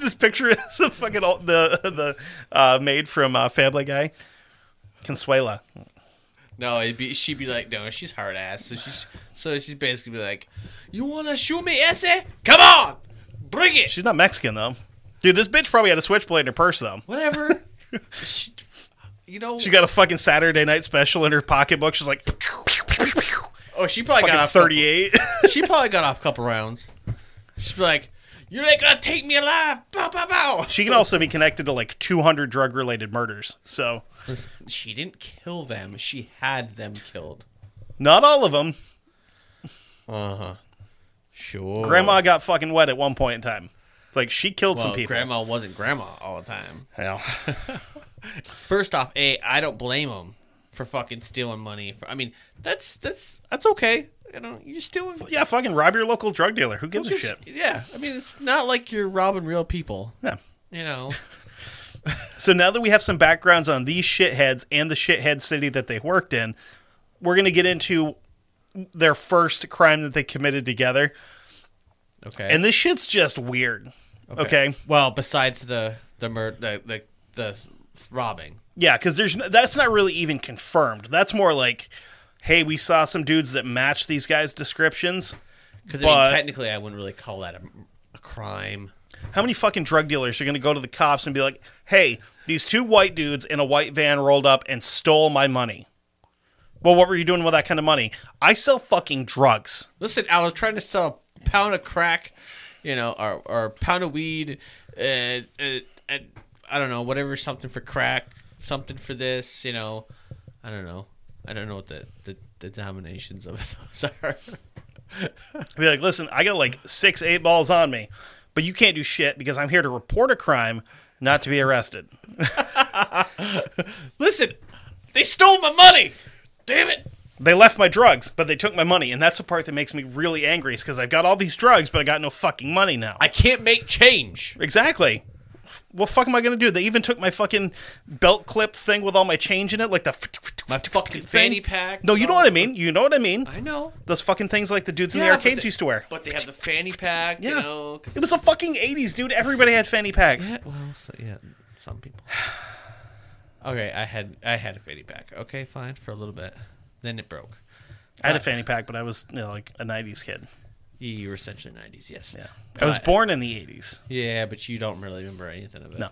S2: Just picture the fucking old, the the uh, maid from uh, Family Guy, Consuela.
S1: No, it'd be she'd be like, no, she's hard ass. So she's so she's basically be like, you wanna shoot me, essay? Come on, bring it.
S2: She's not Mexican though. Dude, this bitch probably had a switchblade in her purse though.
S1: whatever. she, you know,
S2: She got a fucking Saturday night special in her pocketbook. She's like
S1: oh, she probably got
S2: fucking
S1: off couple-
S2: thirty eight.
S1: she probably got off a couple rounds. She's like, "You're not gonna take me alive!" Bow, bow, bow.
S2: she can also be connected to like two hundred drug related murders. So
S1: She didn't kill them. She had them killed.
S2: not all of them.
S1: Uh huh. Sure.
S2: Grandma got fucking wet at one point in time. It's like she killed some
S1: Well,
S2: people.
S1: grandma wasn't grandma all the time.
S2: Hell.
S1: First off, a I don't blame them for fucking stealing money. For, I mean, that's that's that's okay. You know, you're stealing.
S2: yeah, fucking rob your local drug dealer. Who gives a shit?
S1: Yeah, I mean, it's not like you're robbing real people.
S2: Yeah.
S1: You know.
S2: So now that we have some backgrounds on these shitheads and the shithead city that they worked in, we're gonna get into their first crime that they committed together.
S1: Okay.
S2: And this shit's just weird. Okay.
S1: Well, besides the the mur- the, the the robbing.
S2: Yeah, because there's no, that's not really even confirmed. That's more like, hey, we saw some dudes that match these guys' descriptions.
S1: Because I
S2: But-
S1: mean, technically, I wouldn't really call that a, a crime.
S2: How many fucking drug dealers are going to go to the cops and be like, hey, these two white dudes in a white van rolled up and stole my money? Well, what were you doing with that kind of money? I sell fucking drugs.
S1: Listen, I was trying to sell a pound of crack, you know, or or a pound of weed, and, and, and I don't know, whatever, something for crack, something for this, you know, I don't know, I don't know what the the, the denominations of those are.
S2: I'd be like, listen, I got like six, eight balls on me, but you can't do shit because I'm here to report a crime, not to be arrested.
S1: Listen, they stole my money. Damn it.
S2: They left my drugs, but they took my money. And that's the part that makes me really angry is because I've got all these drugs, but I got no fucking money now.
S1: I can't make change.
S2: Exactly. What fuck am I gonna do? They even took my fucking belt clip thing with all my change in it, like the
S1: My fucking fanny pack.
S2: No, you know what I mean. You know what I mean.
S1: I know.
S2: Those fucking things like the dudes in
S1: Yeah,
S2: the
S1: but
S2: arcades
S1: they-
S2: used to wear.
S1: But they have the fanny pack,
S2: Yeah,
S1: you know. 'cause-
S2: it was the fucking eighties, dude. Everybody had fanny packs.
S1: Yeah, well, so, yeah, some people. Okay, I had I had a fanny pack. Okay, fine for a little bit, then it broke.
S2: I had a fanny pack, but I was you know, like a nineties kid.
S1: You were essentially nineties, yes.
S2: Yeah, I was born in the eighties.
S1: Yeah, but you don't really remember anything of it.
S2: No.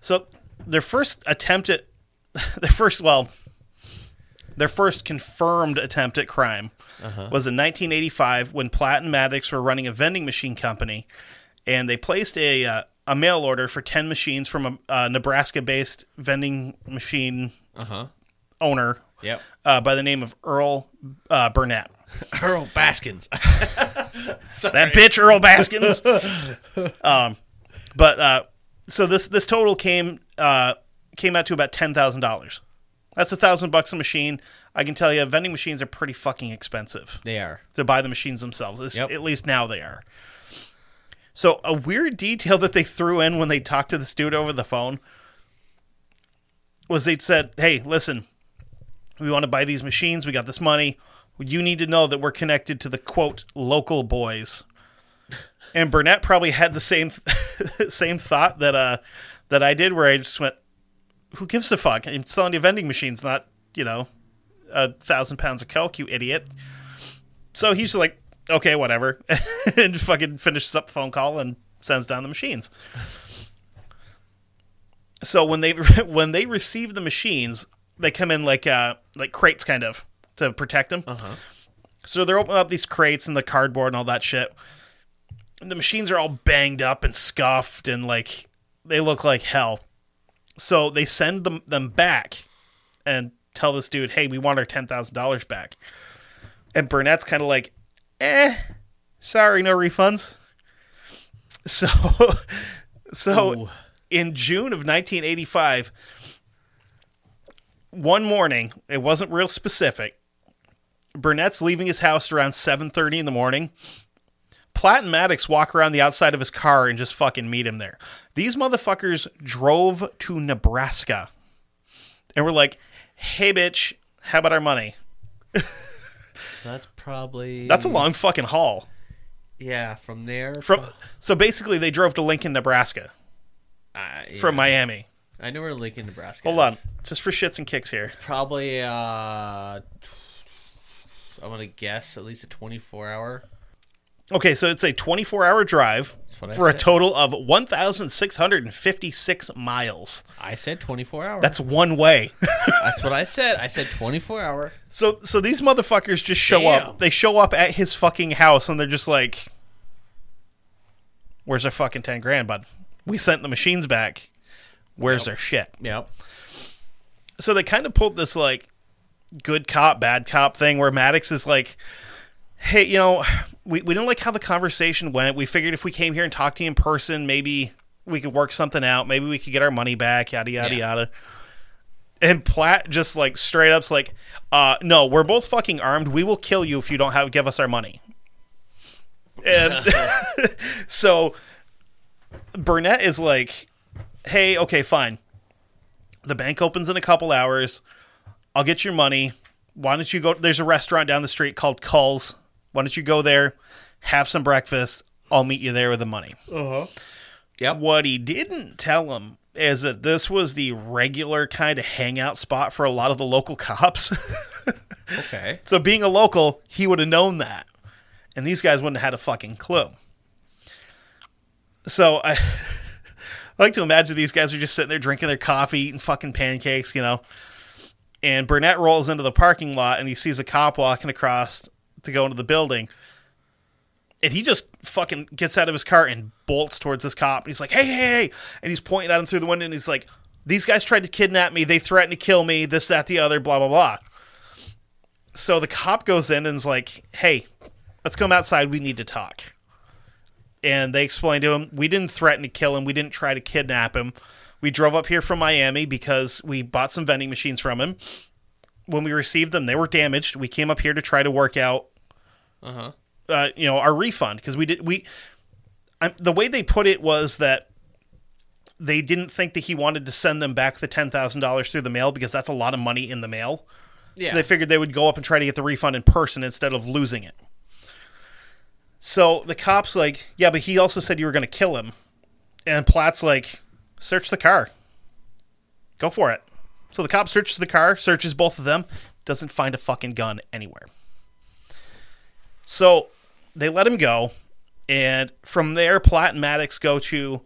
S2: So their first attempt at their first well their first confirmed attempt at crime was in 1985 when Platt and Maddox were running a vending machine company, and they placed a uh, a mail order for 10 machines from a, uh Nebraska-based vending machine owner
S1: Yep.
S2: uh, by the name of Earl uh, Burnett.
S1: Earl Baskins.
S2: That bitch Earl Baskins. um, but uh, so this this total came uh, came out to about ten thousand dollars. That's a thousand bucks a machine. I can tell you, vending machines are pretty fucking expensive
S1: they are.
S2: to buy the machines themselves. It's-
S1: Yep.
S2: At least now they are. So a weird detail that they threw in when they talked to this dude over the phone was they said, "Hey, listen, we want to buy these machines. We got this money. You need to know that we're connected to the quote local boys." And Burnett probably had the same same thought that uh that I did, where I just went, "Who gives a fuck? I'm selling you vending machines, not you know a thousand pounds of coke, you idiot." So he's just like, okay, whatever, and fucking finishes up the phone call and sends down the machines. So when they when they receive the machines, they come in like uh like crates kind of to protect them. So they're opening up these crates and the cardboard and all that shit. And the machines are all banged up and scuffed and like they look like hell. So they send them them back and tell this dude, "Hey, we want our ten thousand dollars back." And Burnett's kind of like, "Eh, sorry, no refunds." So, so in June of 1985, one morning, it wasn't real specific. Burnett's leaving his house around 7:30 in the morning. Platt and Maddox walk around the outside of his car and just fucking meet him there. These motherfuckers drove to Nebraska and were like, hey, bitch, how about our money?
S1: So that's probably
S2: That's a long fucking haul.
S1: yeah. From there,
S2: From So basically, they drove to Lincoln, Nebraska
S1: I- yeah.
S2: from Miami.
S1: I know where Lincoln, Nebraska.
S2: Hold on,
S1: is.
S2: just for shits and kicks here.
S1: Probably uh, I want to guess at least a twenty-four hour.
S2: Okay, so it's a 24 hour drive
S1: what I
S2: for a
S1: said.
S2: total of 1,656 miles.
S1: I said twenty-four hour.
S2: That's one way.
S1: That's what I said. I said twenty-four hour.
S2: So so these motherfuckers just show
S1: Damn.
S2: up. They show up at his fucking house and they're just like Where's our fucking 10 grand, bud? We sent the machines back. Where's their shit?
S1: Yep.
S2: So they kind of pulled this like good cop, bad cop thing where Maddox is like, "Hey, you know, we we didn't like how the conversation went. We figured if we came here and talked to you in person, maybe we could work something out. Maybe we could get our money back, yada yada
S1: Yeah.
S2: yada." And Platt just like straight up's like, uh, no, we're both fucking armed. We will kill you if you don't have give us our money. And so Burnett is like, hey, okay, fine. The bank opens in a couple hours. I'll get your money. Why don't you go? There's a restaurant down the street called Cull's. Why don't you go there, have some breakfast? I'll meet you there with the money.
S1: Yep.
S2: What he didn't tell him is that this was the regular kind of hangout spot for a lot of the local cops.
S1: Okay.
S2: so being a local, he would have known that. And these guys wouldn't have had a fucking clue. So I, I like to imagine these guys are just sitting there drinking their coffee, eating fucking pancakes, you know. And Burnett rolls into the parking lot and he sees a cop walking across to go into the building. And he just fucking gets out of his car and bolts towards this cop. And he's like, hey, hey, hey. And he's pointing at him through the window and he's like, these guys tried to kidnap me. They threatened to kill me, this, that, the other, blah, blah, blah. So the cop goes in and's like, hey, let's come outside. We need to talk. And they explain to him, we didn't threaten to kill him. We didn't try to kidnap him. We drove up here from Miami because we bought some vending machines from him. When we received them, they were damaged. We came up here to try to work out, uh-huh. you know, our refund because we did we. I, the way they put it was that they didn't think that he wanted to send them back the ten thousand dollars through the mail because that's a lot of money in the mail.
S1: Yeah.
S2: So they figured they would go up and try to get the refund in person instead of losing it. So the cops like, yeah, but he also said you were going to kill him, and Platt's like, search the car, go for it. So the cop searches the car, searches both of them, doesn't find a fucking gun anywhere. So they let him go, and from there, Platt and Maddox go to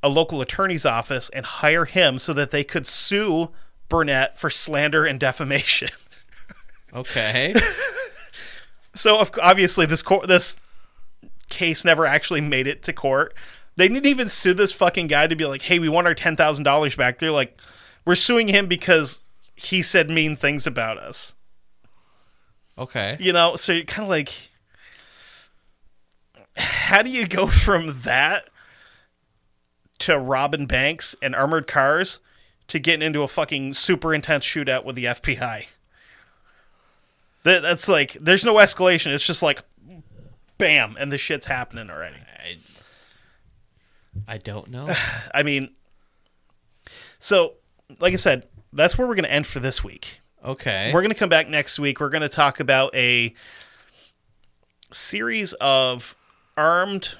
S2: a local attorney's office and hire him so that they could sue Burnett for slander and defamation.
S1: Okay.
S2: So of, obviously, this court, this case never actually made it to court. They didn't even sue this fucking guy to be like, "Hey, we want our ten thousand dollars back." They're like, "We're suing him because he said mean things about us."
S1: Okay.
S2: You know, so you're kind of like, how do you go from that to robbing banks and armored cars to getting into a fucking super intense shootout with the FBI? That, that's like, there's no escalation. It's just like, bam, and the shit's happening already.
S1: I, I don't know.
S2: I mean, so, like I said, that's where we're going to end for this week.
S1: Okay.
S2: We're going to come back next week. We're going to talk about a series of armed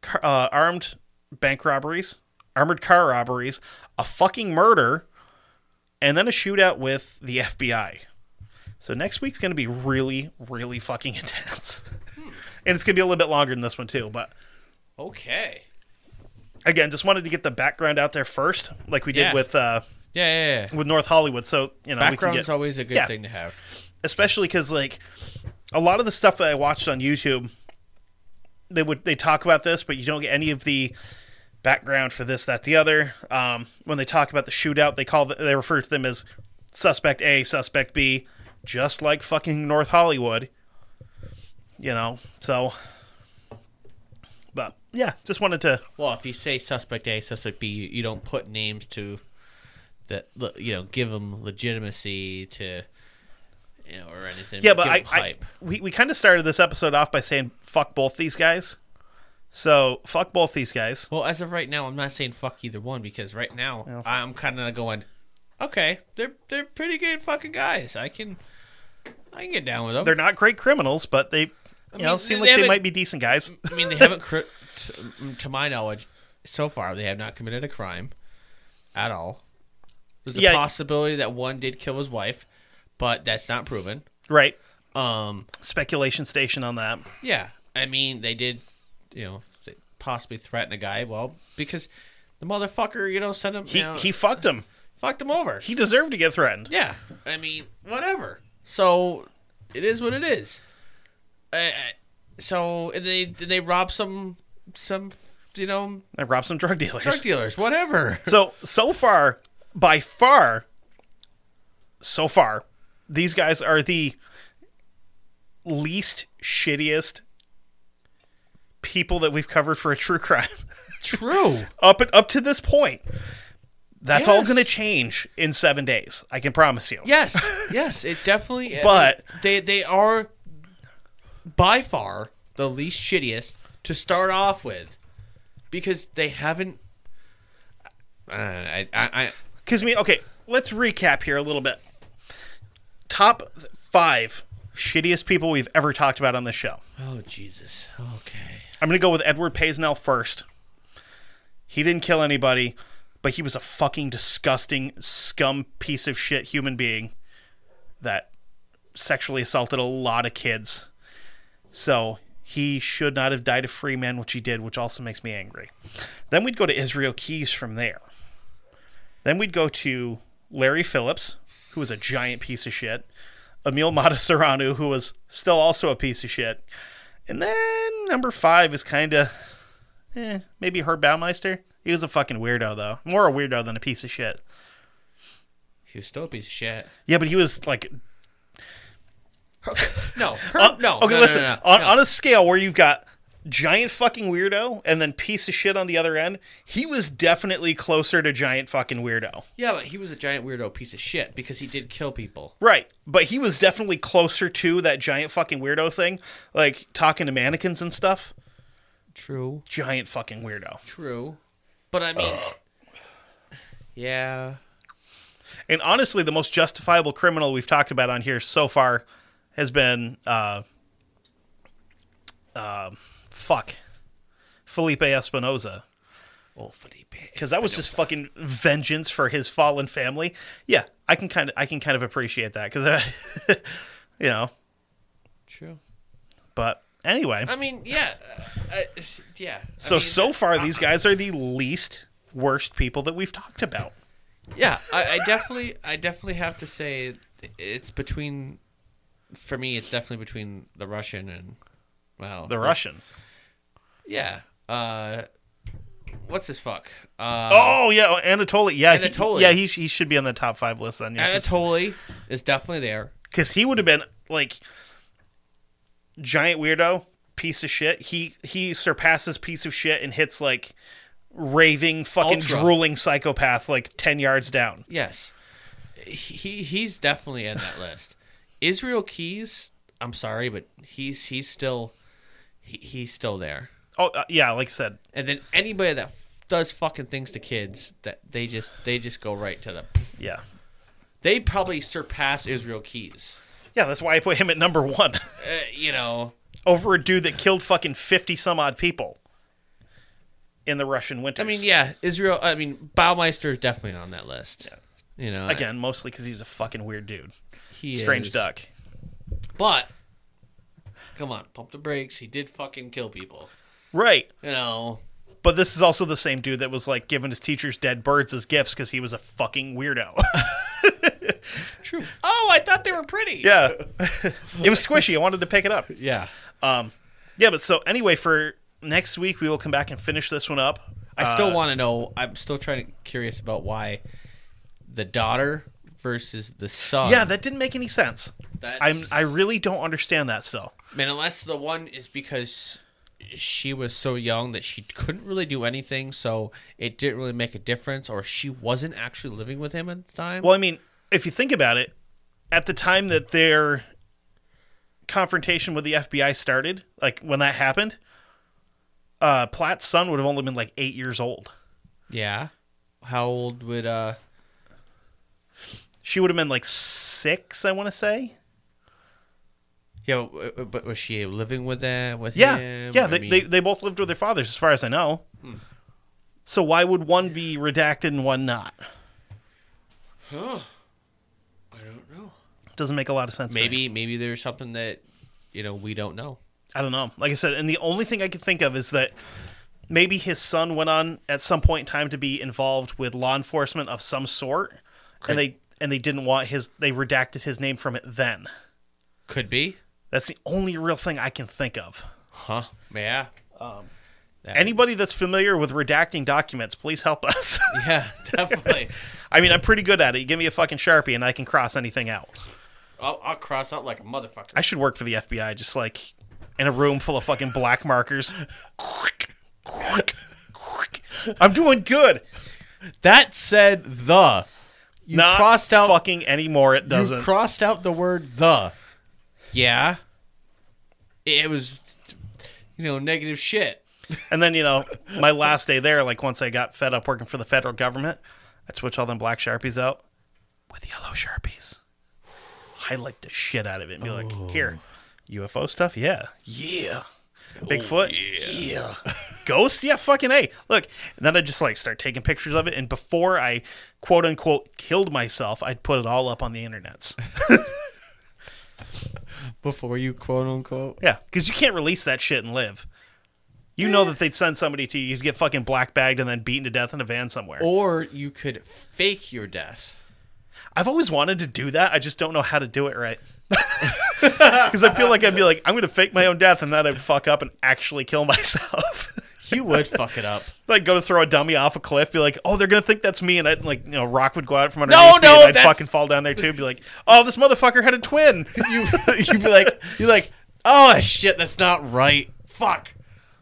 S2: car- uh, armed bank robberies, armored car robberies, a fucking murder, and then a shootout with the FBI. So next week's going to be really really fucking intense. and it's going to be a little bit longer than this one too, but
S1: okay.
S2: again, just wanted to get the background out there first like we did
S1: Yeah.
S2: with uh
S1: Yeah, yeah, yeah.
S2: with North Hollywood. So, you know, we
S1: Background's
S2: can get
S1: always a good
S2: yeah.
S1: thing to have.
S2: especially because like a lot of the stuff that I watched on YouTube, they would they talk about this, but you don't get any of the background for this, that, the other. Um, when they talk about the shootout, they call the, they refer to them as suspect A, suspect B, just like fucking North Hollywood. You know, so. But yeah, just wanted to.
S1: Well, if you say suspect A, suspect B, you, you don't put names to that. le- You know, give them legitimacy to, you know, or anything.
S2: Yeah, but
S1: give
S2: I,
S1: 'em
S2: I
S1: hype.
S2: we, we kind of started this episode off by saying fuck both these guys. So fuck both these guys.
S1: Well, as of right now, I'm not saying fuck either one because right now I'm kind of going, okay, they're they're pretty good fucking guys. I can, I can get down with them.
S2: They're not great criminals, but they, you know,
S1: mean,
S2: seem
S1: they
S2: like they
S1: haven't-
S2: might be decent guys.
S1: I mean, they haven't, cr- t- to my knowledge, so far they have not committed a crime at all. There's a
S2: Yeah.
S1: possibility that one did kill his wife, but that's not proven.
S2: right.
S1: Um,
S2: Speculation station on that.
S1: yeah, I mean, they did, you know, th- possibly threaten a guy. Well, because the motherfucker, you know, sent him,
S2: He
S1: you know,
S2: he fucked him.
S1: fucked him over.
S2: He deserved to get threatened.
S1: Yeah, I mean, whatever. So it is what it is. I, I- so and they and they rob some some you know
S2: I robbed some drug dealers.
S1: drug dealers, whatever.
S2: so so far, by far, so far, these guys are the least shittiest people that we've covered for a true crime.
S1: True.
S2: up up to this point. That's all
S1: Yes.
S2: going to change in seven days. I can promise you.
S1: Yes, yes, it definitely.
S2: But-
S1: they they are by far the least shittiest to start off with because they haven't. Uh, I, I, I
S2: Because I mean, okay, let's recap here a little bit. Top five shittiest people we've ever talked about on this show.
S1: oh Jesus. Okay.
S2: I'm going to go with Edward Paisnell first. He didn't kill anybody, but he was a fucking disgusting scum piece of shit human being that sexually assaulted a lot of kids. So he should not have died a free man, which he did, which also makes me angry. Then we'd go to Israel Keys from there. Then we'd go to Larry Phillips, who was a giant piece of shit. Emil Matasaranu, who was still also a piece of shit. And then number five is kind of eh, maybe Herb Baumeister. He was a fucking weirdo, though. More a weirdo than a piece of shit.
S1: He was still a piece of shit.
S2: Yeah, but he was like.
S1: No, her,
S2: uh,
S1: no. no,
S2: Okay,
S1: no,
S2: listen.
S1: no, no,
S2: on,
S1: no.
S2: on a scale where you've got giant fucking weirdo and then piece of shit on the other end, he was definitely closer to giant fucking weirdo.
S1: Yeah, but he was a giant weirdo piece of shit because he did kill people.
S2: Right. But he was definitely closer to that giant fucking weirdo thing, like talking to mannequins and stuff.
S1: True.
S2: Giant fucking weirdo.
S1: True. But I mean, yeah.
S2: And honestly, the most justifiable criminal we've talked about on here so far has been, uh, uh, fuck, Felipe Espinoza.
S1: Oh, Felipe.
S2: Because that was just fucking vengeance for his fallen family. Yeah, I can kind of, I can kind of appreciate that because, uh, you know.
S1: True.
S2: But anyway,
S1: I mean, yeah. Uh, I- s- yeah. I
S2: so
S1: mean,
S2: so far these guys are the least worst people that we've talked about.
S1: Yeah, I, I definitely, I definitely have to say it's between. For me, it's definitely between the Russian and wow,
S2: The Russian.
S1: Yeah. Uh, what's his fuck? Uh,
S2: Oh yeah, Anatoly. Yeah, he-
S1: Anatoly.
S2: yeah, he, sh- he should be on the top five list then. Oh, Yeah, 'cause-
S1: Anatoly is definitely there.
S2: because he would have been like giant weirdo piece of shit he he surpasses piece of shit and hits like raving fucking
S1: Ultra.
S2: drooling psychopath like 10 yards down
S1: Yes. He he's definitely in that list. Israel Keys, I'm sorry, but he's he's still he, he's still there.
S2: oh uh, yeah like i said
S1: And then anybody that f- does fucking things to kids that they just they just go right to the
S2: yeah
S1: they probably surpass Israel Keys.
S2: yeah that's why i put him at number one
S1: Uh, you know,
S2: over a dude that killed fucking 50 some odd people in the russian winter
S1: I mean, yeah, Israel. I mean, Baumeister is definitely on that list. You know,
S2: again mostly because he's a fucking weird dude
S1: he
S2: strange
S1: is-
S2: duck
S1: But come on, pump the brakes. He did fucking kill people.
S2: right
S1: You know,
S2: but this is also the same dude that was like giving his teachers dead birds as gifts because he was a fucking weirdo
S1: true. Oh, I thought they were pretty.
S2: Yeah. it was squishy. I wanted to pick it up.
S1: Yeah.
S2: Yeah, but so anyway, for next week, we will come back and finish this one up.
S1: I still want to know. I'm still trying to curious about why the daughter versus the son.
S2: yeah, that didn't make any sense.
S1: Um, That's-
S2: I'm I really don't understand that still.
S1: Man, unless the one is because she was so young that she couldn't really do anything, so it didn't really make a difference, or she wasn't actually living with him at the time.
S2: Well, I mean, if you think about it, at the time that their confrontation with the FBI started, like when that happened, uh, Platt's son would have only been like eight years old.
S1: yeah. How old would uh?
S2: She would have been like six, I want to say.
S1: Yeah, but- but, but was she living with them? With
S2: Yeah,
S1: him?
S2: yeah.
S1: I
S2: They,
S1: mean, Hmm.
S2: they they both lived with their fathers, as far as I know. So why would one be redacted and one not?
S1: I don't know.
S2: Doesn't make a lot of sense. to me.
S1: Maybe maybe there's something that you know we don't know.
S2: I don't know. Like I said, and the only thing I could think of is that maybe his son went on at some point in time to be involved with law enforcement of some sort, and they and they didn't want his they redacted his name from it. Then
S1: Could be,
S2: that's the only real thing I can think of.
S1: huh? Yeah,
S2: Anybody that's familiar with redacting documents, please help us.
S1: yeah, definitely.
S2: I mean, I'm pretty good at it. You give me a fucking sharpie, and I can cross anything out.
S1: I'll, I'll cross out like a motherfucker.
S2: I should work for the FBI, just like in a room full of fucking black markers. I'm doing good.
S1: That said, the you
S2: Not
S1: crossed out
S2: fucking anymore. It doesn't.
S1: You crossed out the word the. Yeah. It was, you know, negative shit.
S2: and then you know, my last day there, like once I got fed up working for the federal government, I'd switch all them black sharpies out with yellow sharpies. Highlight the shit out of it. And be like, here, UFO stuff. Yeah, yeah. Bigfoot. yeah. Ghosts. Yeah. Fucking a. Look. And then I just like start taking pictures of it, and before I quote unquote killed myself, I'd put it all up on the internets.
S1: Before you quote unquote.
S2: Yeah, because you can't release that shit and live. You know that they'd send somebody to you to get fucking black bagged and then beaten to death in a van somewhere.
S1: Or you could fake your death.
S2: I've always wanted to do that. I just don't know how to do it right. Because I feel like I'd be like, I'm going to fake my own death and then I'd fuck up and actually kill myself.
S1: You would fuck it up.
S2: like go to throw a dummy off a cliff, be like, oh, they're going to think that's me. And I'd like, you know, rock would go out from underneath me
S1: no,
S2: and I'd
S1: that's-
S2: fucking fall down there too. Be like, oh, this motherfucker had a twin.
S1: You you'd be like you're like, oh shit, that's not right. Fuck.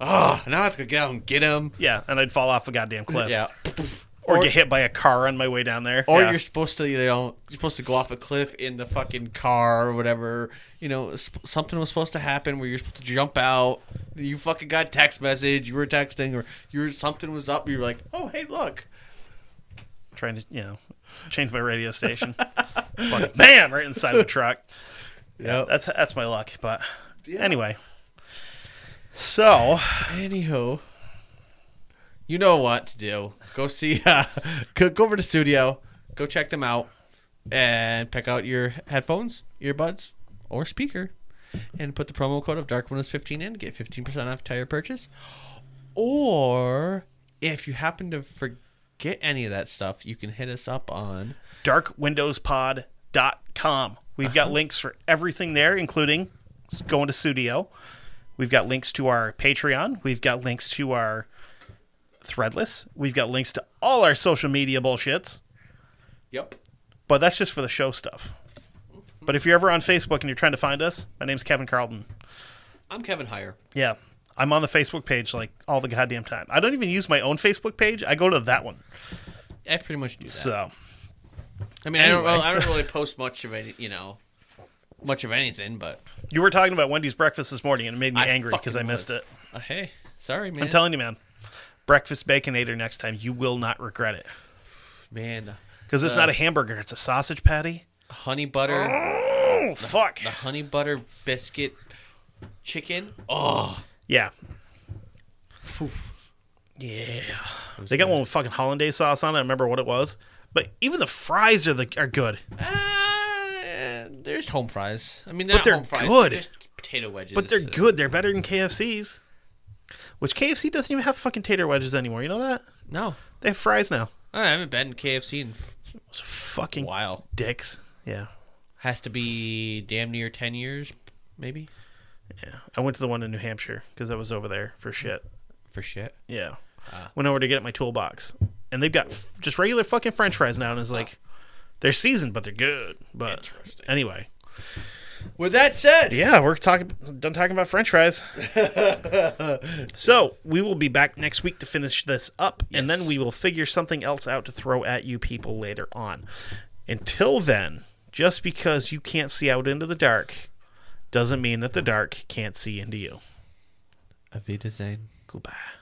S1: Oh, now it's gonna get out and get him.
S2: yeah. And I'd fall off a goddamn cliff.
S1: Yeah.
S2: Or, get hit by a car on my way down there.
S1: Or
S2: Yeah.
S1: you're supposed to, you know, you're supposed to go off a cliff in the fucking car or whatever. You know, sp- something was supposed to happen where you're supposed to jump out. You fucking got a text message. You were texting, or you were something was up. You were like, oh hey, look,
S2: trying to you know change my radio station. Fucking bam! Right inside of the truck.
S1: yeah.
S2: That's that's my luck. But anyway, so
S1: Anywho, you know what to do. Go see. Uh, go, go over to studio. Go check them out, and pick out your headphones, earbuds, or speaker, and put the promo code of Dark Windows 15 in. Get 15% off entire purchase. Or if you happen to forget any of that stuff, you can hit us up on.
S2: darkwindowspod.com. We've got links for everything there, including s- going to studio. We've got links to our Patreon. We've got links to our Threadless. We've got links to all our social media bullshits.
S1: Yep.
S2: But that's just for the show stuff. But if you're ever on Facebook and you're trying to find us, my name's Kevin Carlton.
S1: I'm Kevin Heyer.
S2: Yeah. I'm on the Facebook page like all the goddamn time. I don't even use my own Facebook page. I go to that one.
S1: I pretty much do that.
S2: So
S1: I mean, I don't.
S2: Anyway.
S1: Well, I don't really post much of any. You know, much of anything, but.
S2: you were talking about Wendy's breakfast this morning and it made me
S1: I
S2: angry because I
S1: fucking
S2: missed
S1: was.
S2: it.
S1: Uh, hey, sorry, man.
S2: I'm telling you, man. Breakfast baconator next time. You will not regret it.
S1: man,
S2: Because
S1: Uh.
S2: it's not a hamburger, it's a sausage patty.
S1: the honey butter,
S2: Oh fuck.
S1: the honey butter biscuit chicken. Oh,
S2: Yeah. Yeah. They got one with fucking hollandaise sauce on it. I remember what it was. But even the fries are the are good.
S1: ah, there's home fries. I mean, they're but
S2: they're
S1: home fries,
S2: good.
S1: Just potato wedges.
S2: But they're
S1: Uh,
S2: good. They're better than KFC's. Which KFC doesn't even have fucking tater wedges anymore. You know that?
S1: No,
S2: They have fries now.
S1: I haven't been to KFC in f-
S2: Those fucking
S1: a while.
S2: dicks. Yeah.
S1: Has to be damn near ten years, maybe
S2: Yeah. I went to the one in New Hampshire because I was over there for shit.
S1: for shit.
S2: Yeah.
S1: Ah.
S2: Went over to get at my toolbox, and they've got f- just regular fucking French fries now, and it's like they're seasoned, but they're good. But
S1: Interesting.
S2: anyway,
S1: With that said,
S2: yeah, we're talking done talking about French fries. so we will be back next week to finish this up, and then we will figure something else out to throw at you people later on. Until then, just because you can't see out into the dark doesn't mean that the dark can't see into you.
S1: Avita Zane.
S2: Goodbye.